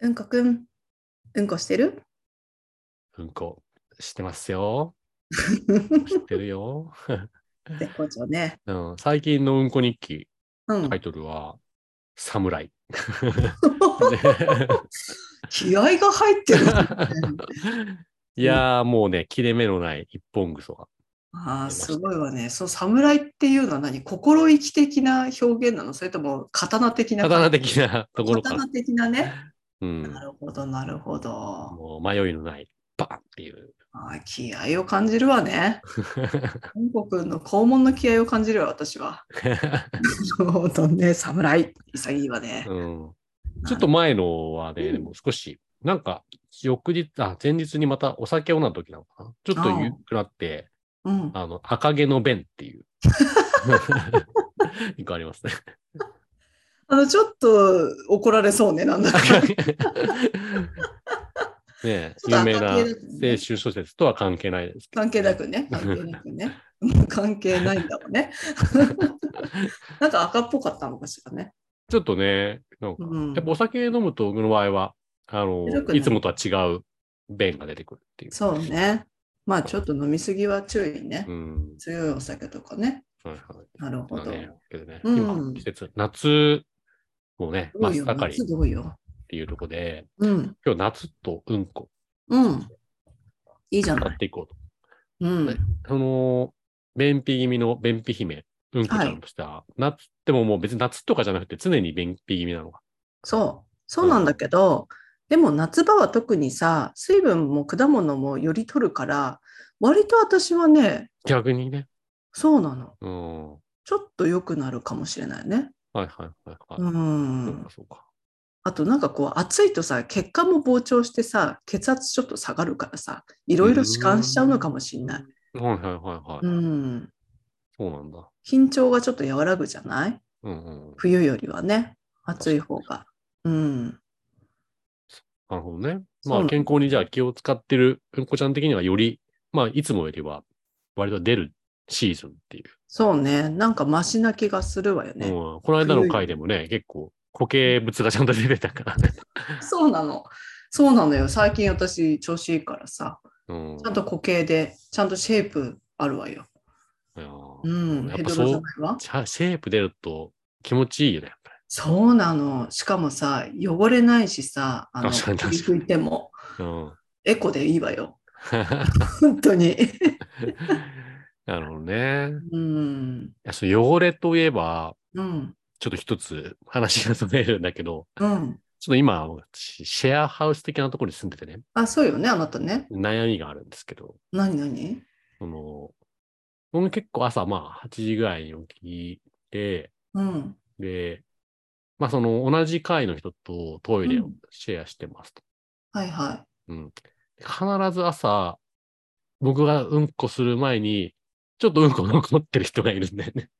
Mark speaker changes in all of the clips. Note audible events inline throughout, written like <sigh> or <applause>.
Speaker 1: うんこくん、うんこしてる
Speaker 2: うんこしてますよ。知ってるよ。
Speaker 1: 絶好調ね。
Speaker 2: うん、最近のうんこ日記、
Speaker 1: うん <laughs>
Speaker 2: タ。イトルは、侍。
Speaker 1: 気合が入
Speaker 2: <laughs>
Speaker 1: ってる。
Speaker 2: いやー、もうね、切れ目のない一本ぐそが。
Speaker 1: ああ、すごいわね。そう、侍っていうのは何心意気的な表現なのそれとも刀的な
Speaker 2: 刀的なところか
Speaker 1: 刀
Speaker 2: ら。
Speaker 1: 的なね。
Speaker 2: うん
Speaker 1: な。るほど、なるほど。
Speaker 2: もう迷いのない、バーンっていう。
Speaker 1: あー気合を感じるわ
Speaker 2: <laughs>
Speaker 1: ね。うんこくんの肛門の気合を感じるわ、私
Speaker 2: <laughs>
Speaker 1: は。なるほどね、侍。潔いわね。
Speaker 2: うん、ちょっと前のはね、
Speaker 1: うん
Speaker 2: でも少し、なんか、翌日、あ、前日にまたお酒を飲んだ時なのかな。ちょっとゆっくなって、
Speaker 1: うん。
Speaker 2: あの、赤毛の弁って
Speaker 1: <laughs>
Speaker 2: いう。一個ありますね。
Speaker 1: あの、ちょっと怒られそうね、
Speaker 2: <laughs>
Speaker 1: なんだか。ちょっと赤系ですね
Speaker 2: ねえ有名な青春小説とは関係ないですけ
Speaker 1: 関係なく
Speaker 2: <laughs>
Speaker 1: ね、関係なくね。もう関係ないんだもんね。なんか赤っぽかったのかしらね。
Speaker 2: ど、ちょっとね、なんか、
Speaker 1: うん
Speaker 2: やっぱお酒飲むと、僕の場合は、あの
Speaker 1: 白く、ない
Speaker 2: いつもとは違う弁が出てくるっていう。
Speaker 1: そうね。まあちょっと飲みすぎは注意ね。
Speaker 2: うん。
Speaker 1: 強いお酒とかね。
Speaker 2: はいはい。
Speaker 1: なるほ
Speaker 2: だ
Speaker 1: ど。
Speaker 2: ね。けどね、
Speaker 1: うん
Speaker 2: 今、季節、夏、もうね、
Speaker 1: ど
Speaker 2: 真
Speaker 1: うよ、
Speaker 2: っ盛り
Speaker 1: 夏
Speaker 2: っ
Speaker 1: どうよ。
Speaker 2: ていうところで、
Speaker 1: うん。
Speaker 2: 今日夏とうんこ
Speaker 1: うん。いいじゃ
Speaker 2: 買
Speaker 1: ない
Speaker 2: っ。ていこうと。
Speaker 1: うん。
Speaker 2: その、便秘気味の便秘姫、うんこちゃんとした、夏ってももう別に夏とかじゃなくて常に便秘気味なのが。
Speaker 1: そう。そうなんだけど、でも夏場は特にさ、水分も果物もより取るから、割と私はね、
Speaker 2: 逆にね。
Speaker 1: そうなの。
Speaker 2: うん。は
Speaker 1: ちょっと良くなるかもしれないね。
Speaker 2: いはいはいはい。
Speaker 1: う
Speaker 2: そうんか。そうか。
Speaker 1: あとなんかこう暑いとさ血管も膨張してさ血圧ちょっと下がるからさいろいろ弛緩しちゃうのかもしれない。
Speaker 2: はいはいはいはい。
Speaker 1: うん
Speaker 2: そうなんだ。
Speaker 1: 緊張がちょっと和らぐじゃない
Speaker 2: うんうん。
Speaker 1: 冬よりはね暑い方が。うん
Speaker 2: なるほどね。
Speaker 1: そう
Speaker 2: ま
Speaker 1: な
Speaker 2: あ
Speaker 1: の
Speaker 2: 健康にじゃあ気を使ってるうんこちゃん的にはより、まあいつもよりは割と出るシーズンっていう。
Speaker 1: そうねなんかマシな気がするわよね。
Speaker 2: うん。この間の回でもね、結構固形物がちゃんと出てたからね。
Speaker 1: そうなのそうなのよ最近私調子いいからさ
Speaker 2: うん。
Speaker 1: ちゃんと固形でちゃんとシェイプあるわよ。
Speaker 2: いや
Speaker 1: う
Speaker 2: ー
Speaker 1: ん
Speaker 2: やっ
Speaker 1: ヘ
Speaker 2: ぱ
Speaker 1: ド
Speaker 2: そう
Speaker 1: ロじゃないわ。
Speaker 2: シャシェイプ出ると気持ちいいよね、やっぱり。
Speaker 1: そうなのしかもさ汚れないしさあの
Speaker 2: 確かに確かに
Speaker 1: 拭いても。 <laughs>
Speaker 2: うん。
Speaker 1: エコでいいわ
Speaker 2: <laughs>
Speaker 1: よ。本当に。
Speaker 2: なるほどね。
Speaker 1: うん。
Speaker 2: いやそう汚れといえば、
Speaker 1: うん。
Speaker 2: ちょっと一つ話がそれるんだけど、
Speaker 1: うん。
Speaker 2: ちょっと今、私シェアハウス的なところに住んでてね、
Speaker 1: あ、そうよね、あなたね。
Speaker 2: 悩みがあるんですけど、
Speaker 1: 何何
Speaker 2: その、僕結構朝まあ8時ぐらいに起きて、
Speaker 1: うん。
Speaker 2: で、まあその同じ階の人とトイレ
Speaker 1: う
Speaker 2: を
Speaker 1: ん
Speaker 2: シェアしてますと。
Speaker 1: はい
Speaker 2: <laughs>
Speaker 1: は
Speaker 2: うん。必ず朝、僕がうんこする前に、ちょっとうんこ残ってる人がいるんだよね。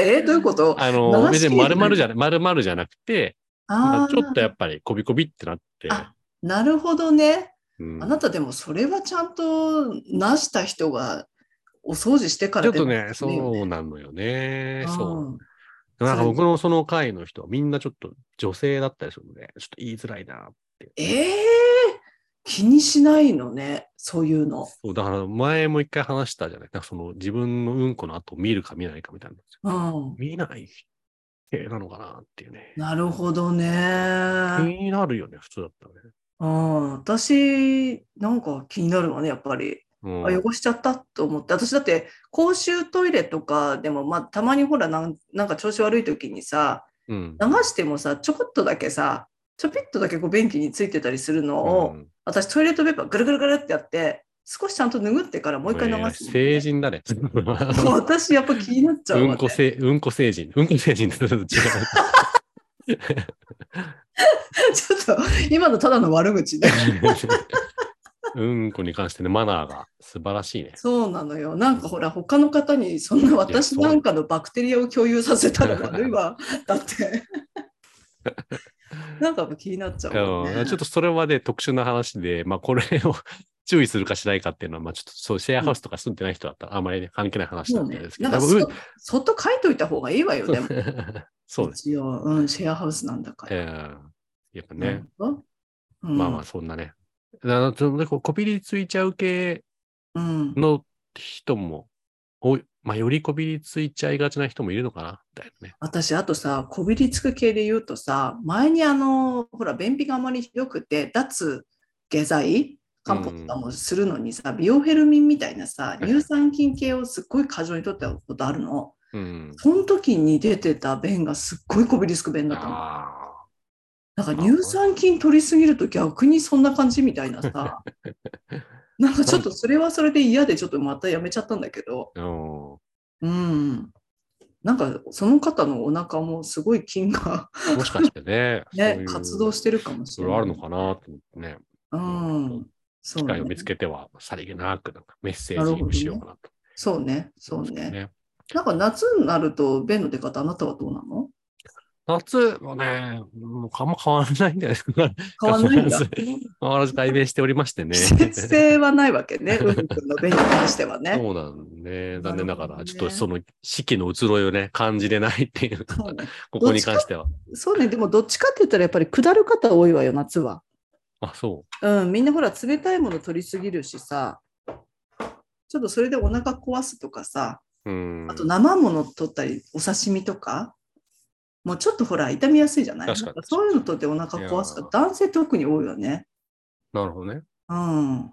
Speaker 1: い。えどういうこと
Speaker 2: あの、
Speaker 1: 流し
Speaker 2: 別に
Speaker 1: 切れて
Speaker 2: 丸
Speaker 1: る
Speaker 2: 々じゃな丸々じゃなくて、ま
Speaker 1: あ
Speaker 2: あ
Speaker 1: ー
Speaker 2: ちょっとやっぱりコビコビってなって、
Speaker 1: あなるほどね。
Speaker 2: うん
Speaker 1: あなたでもそれはちゃんとなした人がお掃除してか
Speaker 2: ちょ
Speaker 1: ら
Speaker 2: っ
Speaker 1: でも
Speaker 2: とね、
Speaker 1: いいよ
Speaker 2: そうなのよね。そう。
Speaker 1: ん
Speaker 2: なんか僕のその会の人はみんなちょっと女性だったりするので、ちょっと言いづらいな。
Speaker 1: ええ気にしないのね、そういうの。
Speaker 2: そう、だから前も一回話したじゃない。なんかその自分のうんこの後見るか見ないかみたいな。
Speaker 1: うん。
Speaker 2: 見ない系なのかなっていうね。
Speaker 1: なるほどね
Speaker 2: 気。になるよね、普通だったらね。
Speaker 1: うん、私なんか気になるわねやっぱり、
Speaker 2: うん
Speaker 1: あ汚しちゃったと思って私だって公衆トイレとかでも、まあ、たまにほらなんなんか調子悪い時にさ
Speaker 2: うん
Speaker 1: 流してもさちょこっとだけさちょぴっとだけこう便器についてたりするのを、
Speaker 2: うん
Speaker 1: 私トイレットペーパーぐるぐるぐるってやって少しちゃんと拭ってからもう一回流すもんね、
Speaker 2: 成人だね。
Speaker 1: もう私やっぱ気になっちゃうわ、
Speaker 2: う
Speaker 1: ね
Speaker 2: んこせ、うんこ成人。うんこ成人ってちょっと違う。
Speaker 1: <laughs> ちょっと今のただの悪口ね
Speaker 2: うんこに関してね、マナーが素晴らしいね。
Speaker 1: そうなのよなんかほら他の方にそんな私なんかのバクテリアを共有させたら悪いわだってなんかやっぱ気になっちゃうもんね、
Speaker 2: うんちょっとそれはね、特殊な話で、まあこれを <laughs> 注意するかしないかっていうのは、まあちょっとそう、シェアハウスとか住んでない人だったら、あんまりね、関係ない話
Speaker 1: そ
Speaker 2: な
Speaker 1: うん
Speaker 2: で
Speaker 1: ね
Speaker 2: す、け
Speaker 1: な
Speaker 2: ど、
Speaker 1: んか
Speaker 2: 多
Speaker 1: そ,、
Speaker 2: 分
Speaker 1: そっと書いといた方がいいわよ
Speaker 2: うん
Speaker 1: でも
Speaker 2: <laughs> そうね。
Speaker 1: 一応、うん、シェアハウスなんだから、
Speaker 2: えーやっぱ
Speaker 1: なる
Speaker 2: ね。
Speaker 1: ほど。うん
Speaker 2: まあまあ、そんなね。あのそのこうこびりついちゃう系
Speaker 1: うん。
Speaker 2: の人も、おまあ、よりこびりついちゃいがちな人もいるのかなみたいなね。
Speaker 1: 私、あとさ、こびりつく系で言うとさ、前にあの、ほら、便秘があまりひどくて、脱下剤、漢方とかもするのにさ、ビオヘルミンみたいなさ、
Speaker 2: い
Speaker 1: 乳酸菌系をすっごい過剰に取ったことあるの。
Speaker 2: うん。
Speaker 1: その時に出てた便がすっごいこびりつく便だったの。
Speaker 2: あ
Speaker 1: なんか乳酸菌取りすぎると逆にそんな感じみたいな
Speaker 2: <laughs>
Speaker 1: さ。なんかちょっとそれはそれで嫌でちょっとまたやめちゃったんだけど。
Speaker 2: あ。うん。
Speaker 1: うん。なんかその方のお腹もすごい菌が。
Speaker 2: もしかしてね
Speaker 1: <laughs> ね、活動しててるかもし
Speaker 2: そ
Speaker 1: れ
Speaker 2: れ
Speaker 1: ない。
Speaker 2: はあるのかなと思ってね。
Speaker 1: うん。そ
Speaker 2: 機
Speaker 1: う
Speaker 2: 会を見
Speaker 1: ね
Speaker 2: つ。けては、さりげなくなんかメッセージをしようかなと。
Speaker 1: そうね。そうね。
Speaker 2: ね
Speaker 1: なんか夏になると便の出方、あなたはどうなの
Speaker 2: 夏もね、もうあんま変わらないんだよね。
Speaker 1: 変わんないんだ
Speaker 2: <laughs> 変。わらず改善しておりましてね。
Speaker 1: 季
Speaker 2: そ
Speaker 1: 節
Speaker 2: <laughs>
Speaker 1: 性はないわけね。うんくんの便に関してはね。
Speaker 2: うなんね。残念な
Speaker 1: な
Speaker 2: が
Speaker 1: るほど
Speaker 2: ら、
Speaker 1: ね
Speaker 2: ちょっとその四季の移ろいをね、感じれないっていう、
Speaker 1: そうね。
Speaker 2: <laughs> ここに関しては。
Speaker 1: そうね、でもどっちかって言ったらやっぱり下る方多いわよ、夏は。
Speaker 2: あ、そ
Speaker 1: うん、みんなほら冷たいもの取りすぎるしさ、ちょっとそれでお腹壊すとかさ、
Speaker 2: う。うん。
Speaker 1: あと生もの取ったり、お刺身とか、もうちょっとほら痛みやすいじゃない
Speaker 2: 確かに
Speaker 1: なんそういうの取ってお腹壊すから、男性特に多いよね。
Speaker 2: なるほどね。
Speaker 1: うん。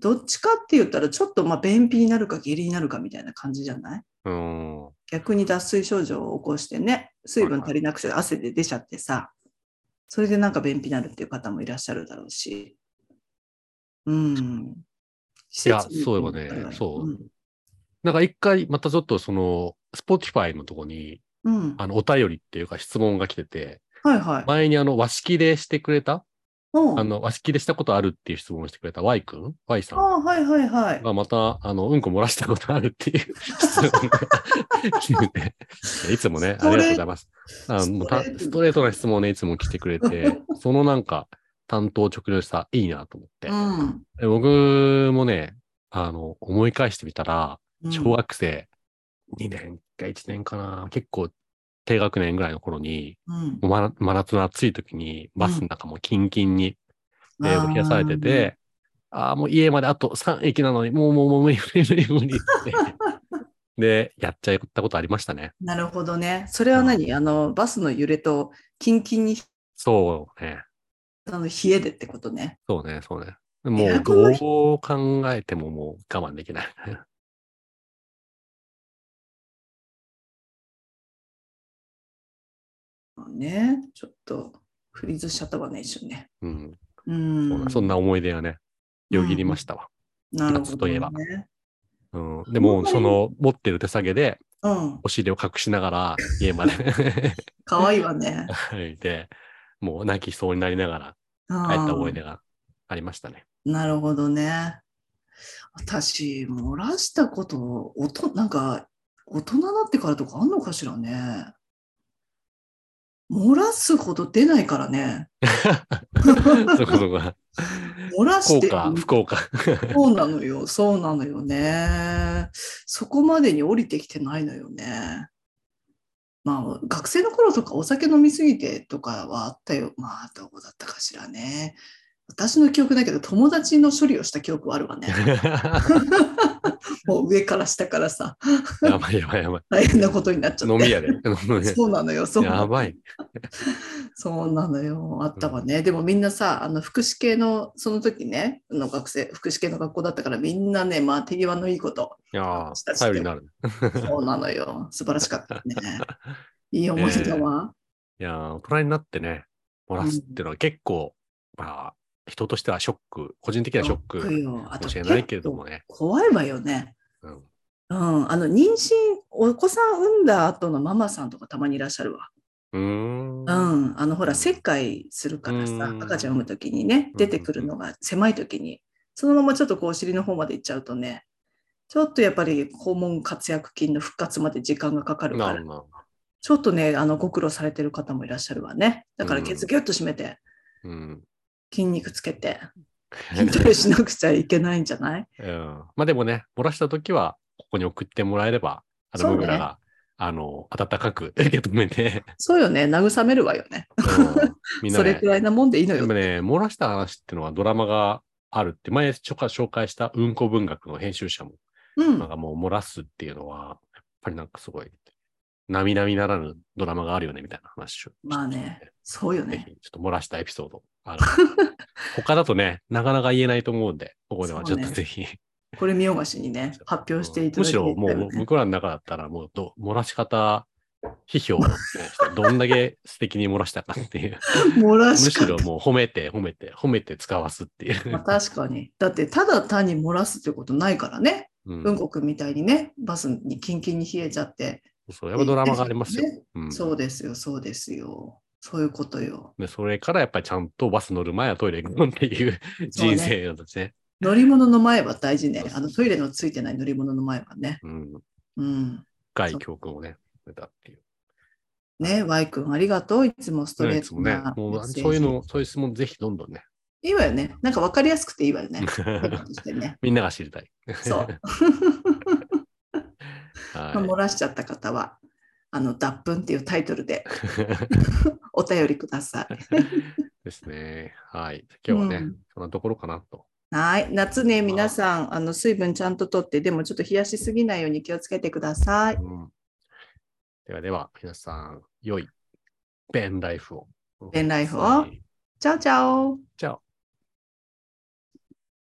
Speaker 1: どっちかって言ったらちょっとまあ便秘になるか下痢になるかみたいな感じじゃない
Speaker 2: うん。
Speaker 1: 逆に脱水症状を起こしてね、水分足りなくて汗で出ちゃってさ、それでなんか便秘になるっていう方もいらっしゃるだろうし。うん。
Speaker 2: いやそういえばねそうなんか一回、またちょっとその、スポティファイのとこに、
Speaker 1: うん。うん。
Speaker 2: あの、お便りっていうか質問が来てて、
Speaker 1: はいはい。
Speaker 2: 前にあの、和式でしてくれた
Speaker 1: うん
Speaker 2: あの、和式でしたことあるっていう質問をしてくれた Y 君 ?Y さ
Speaker 1: あ
Speaker 2: ん
Speaker 1: あ、はいはいはい。
Speaker 2: がまた、あの、うんこ漏らしたことあるっていう質問が <laughs> 来てていやいつもね、
Speaker 1: ス
Speaker 2: あ
Speaker 1: ト
Speaker 2: りがとう
Speaker 1: レート
Speaker 2: ございます。あのもうた
Speaker 1: ストレート
Speaker 2: ストレートな質問をね、いつも来てくれて、そのなんか、担当直入した、いいなと思って
Speaker 1: う。ん。
Speaker 2: で僕もね、あの、思い返してみたら、
Speaker 1: うん
Speaker 2: 小学生2年か1年かな、結構低学年ぐらいの頃に、
Speaker 1: うん
Speaker 2: もう真真夏の暑い時に、バスの中もキンキンにで、動き出されてて、ああー、もう家まであと3駅なのに、もうもうもう無理無理無理無理って。で、やっちゃったことありましたね。
Speaker 1: あーなるほどね。それは何あの、バスの揺れと、キンキンに、
Speaker 2: そうね。
Speaker 1: あの冷えでってことね。
Speaker 2: そうね、そうね。も
Speaker 1: エ
Speaker 2: う
Speaker 1: アコンの日
Speaker 2: どう考えてももう我慢できない。
Speaker 1: ね。ちょっと、フリーズしちゃったわね、一瞬ね。
Speaker 2: うん、
Speaker 1: うん。
Speaker 2: そうねそんな思い出がね、よぎりましたわ。
Speaker 1: なるほど、ね。
Speaker 2: 夏といえばうんで
Speaker 1: 本
Speaker 2: も、
Speaker 1: 当に
Speaker 2: その持ってる手下げで、
Speaker 1: うん。
Speaker 2: お尻を隠しながら家まで
Speaker 1: かわいいわ
Speaker 2: <laughs>
Speaker 1: ね。
Speaker 2: 歩いて、もう泣きそうになりながら
Speaker 1: あ
Speaker 2: 帰った思い出がありましたね。
Speaker 1: なるほどね。私、漏らしたこと、おとなんか、大人になってからとかあんのかしらね。漏らすほど出ないからね。
Speaker 2: そこそこが。
Speaker 1: 漏ら
Speaker 2: 福
Speaker 1: して、
Speaker 2: 岡、福岡。
Speaker 1: そうなの
Speaker 2: <laughs>
Speaker 1: よ、そうなのよね。そこまでに降りてきてないのよね。まあ、学生の頃とかお酒飲みすぎてとかはあったよ。まあ、どうだったかしらね。私の記憶だけど、友達の処理をした記憶はあるわ
Speaker 2: <laughs>
Speaker 1: ね。もう上から下からさ、
Speaker 2: やばいやばいやばい。
Speaker 1: 大変なことになっちゃって。
Speaker 2: 飲
Speaker 1: <laughs>
Speaker 2: み屋で。飲み
Speaker 1: そうなのよ、そ
Speaker 2: 屋
Speaker 1: う
Speaker 2: で。や
Speaker 1: なの
Speaker 2: ばい。
Speaker 1: そうなのよ、あったわね。でもみんなさ、あの福祉系の、その時ね、あの学生、福祉系の学校だったから、みんなね、まあ手際のいいこと、
Speaker 2: いやー頼りになる。
Speaker 1: そうなのよ。素晴らしか
Speaker 2: <laughs>
Speaker 1: ったね。いい思い出は。
Speaker 2: いやー大人になってね、漏らすっていうのは結構、まあ、人としてはショック、個人的にはショッ
Speaker 1: ショック
Speaker 2: ク
Speaker 1: よあ
Speaker 2: か
Speaker 1: と
Speaker 2: もしれないけれども
Speaker 1: 結
Speaker 2: ね。
Speaker 1: 構怖いわよね。
Speaker 2: うん
Speaker 1: うん、あの妊娠、お子さん産んだ後のママさんとかたまにいらっしゃるわ。
Speaker 2: うー
Speaker 1: う
Speaker 2: ん。うん
Speaker 1: ん、あのほら、切開するから
Speaker 2: う
Speaker 1: さ、
Speaker 2: ん
Speaker 1: 赤ちゃん産む時にね、出てくるのが狭い時に、そのままちょっとこうお尻の方まで行っちゃうとね、ちょっとやっぱり肛門括約筋の復活まで時間がかかるか
Speaker 2: な
Speaker 1: ら
Speaker 2: る、ほ
Speaker 1: ちょっとね、あのご苦労されてる方もいらっしゃるわね。だからケツギュッと締めて、
Speaker 2: ど。うん。 <laughs>
Speaker 1: 筋肉つけて筋トレしなくちゃいけないんじゃない
Speaker 2: うんまあでもね、漏らした時は、ここに送ってもらえれば、あ
Speaker 1: そ
Speaker 2: の、
Speaker 1: うね
Speaker 2: 僕らがあの、温かく <laughs> 受け止めて、
Speaker 1: そうよね。慰めるわよね。
Speaker 2: うんみんな
Speaker 1: それ
Speaker 2: ね
Speaker 1: く、らいなもんでいいの
Speaker 2: で
Speaker 1: よ。
Speaker 2: もね、漏らした話っていうのはドラマがあるって、前ちょか紹介したうんこ文学の編集者も、
Speaker 1: うん
Speaker 2: なん。かもう漏らすっていうのは、やっぱりなんかすごい、並々ならぬドラマがあるよねみたいな話を。
Speaker 1: まあね。そうよ
Speaker 2: ぜ
Speaker 1: ね。
Speaker 2: ひ、ちょっと漏らしたエピソード
Speaker 1: <laughs>
Speaker 2: ある。他だとね、なかなか言えないと思うんで、ここではちょっと
Speaker 1: そうね
Speaker 2: ぜひ、
Speaker 1: これ見よがしにね、発表していた
Speaker 2: む
Speaker 1: だき
Speaker 2: した
Speaker 1: い
Speaker 2: ろも
Speaker 1: わよ
Speaker 2: う、
Speaker 1: ね。
Speaker 2: 僕らの中だったら、もうど、漏らし方、批評をね、してどんだけ素敵に漏らしたかっていう。
Speaker 1: <laughs> 漏ら
Speaker 2: む
Speaker 1: し
Speaker 2: し
Speaker 1: 方
Speaker 2: ろもう褒めて、褒めて、褒めて使わすってい
Speaker 1: <laughs>
Speaker 2: う。
Speaker 1: まあ、確かに。だって、ただ単に漏らすってことないからね。
Speaker 2: うん
Speaker 1: うんこくんみたいにね、バスにキンキンに冷えちゃって。
Speaker 2: そう、やっぱドラマがありますよ。
Speaker 1: ね
Speaker 2: うん
Speaker 1: そうですよ、そうですよ。そういうことよ。
Speaker 2: で、それからやっぱりちゃんとバス乗る前はトイレ行くっていう
Speaker 1: そうね
Speaker 2: 人生なんですね。
Speaker 1: 乗り物の前は大事ね
Speaker 2: そう。そう
Speaker 1: あのトイレのついてない乗り物の前はね。
Speaker 2: うん。
Speaker 1: うん。
Speaker 2: 深い教訓をね、得たっていう。
Speaker 1: ね、Y 君ありがとう。いつもストレ
Speaker 2: い
Speaker 1: ー
Speaker 2: つ
Speaker 1: ト
Speaker 2: もね
Speaker 1: な、メッ
Speaker 2: もう
Speaker 1: セージ
Speaker 2: そういうの、そういう質問ぜひどんどんね。
Speaker 1: いいわよね。なんか分かりやすくていいわよ
Speaker 2: <laughs>
Speaker 1: ね。テクニックしてね
Speaker 2: みんなが知りたい。
Speaker 1: そう。まあ漏
Speaker 2: は
Speaker 1: らしちゃった方は、あの、脱粉っていうタイトルで
Speaker 2: <laughs> い。
Speaker 1: お便りください。
Speaker 2: ですね。はい。今日はね、
Speaker 1: うん
Speaker 2: そんなところかなと。
Speaker 1: はい。夏ね、皆さん、あの、水分ちゃんととって、でもちょっと冷やしすぎないように気をつけてください。
Speaker 2: うんではでは、皆さん、良いペンライフを。
Speaker 1: ペンライフを。チャオチャオ。
Speaker 2: じゃあ。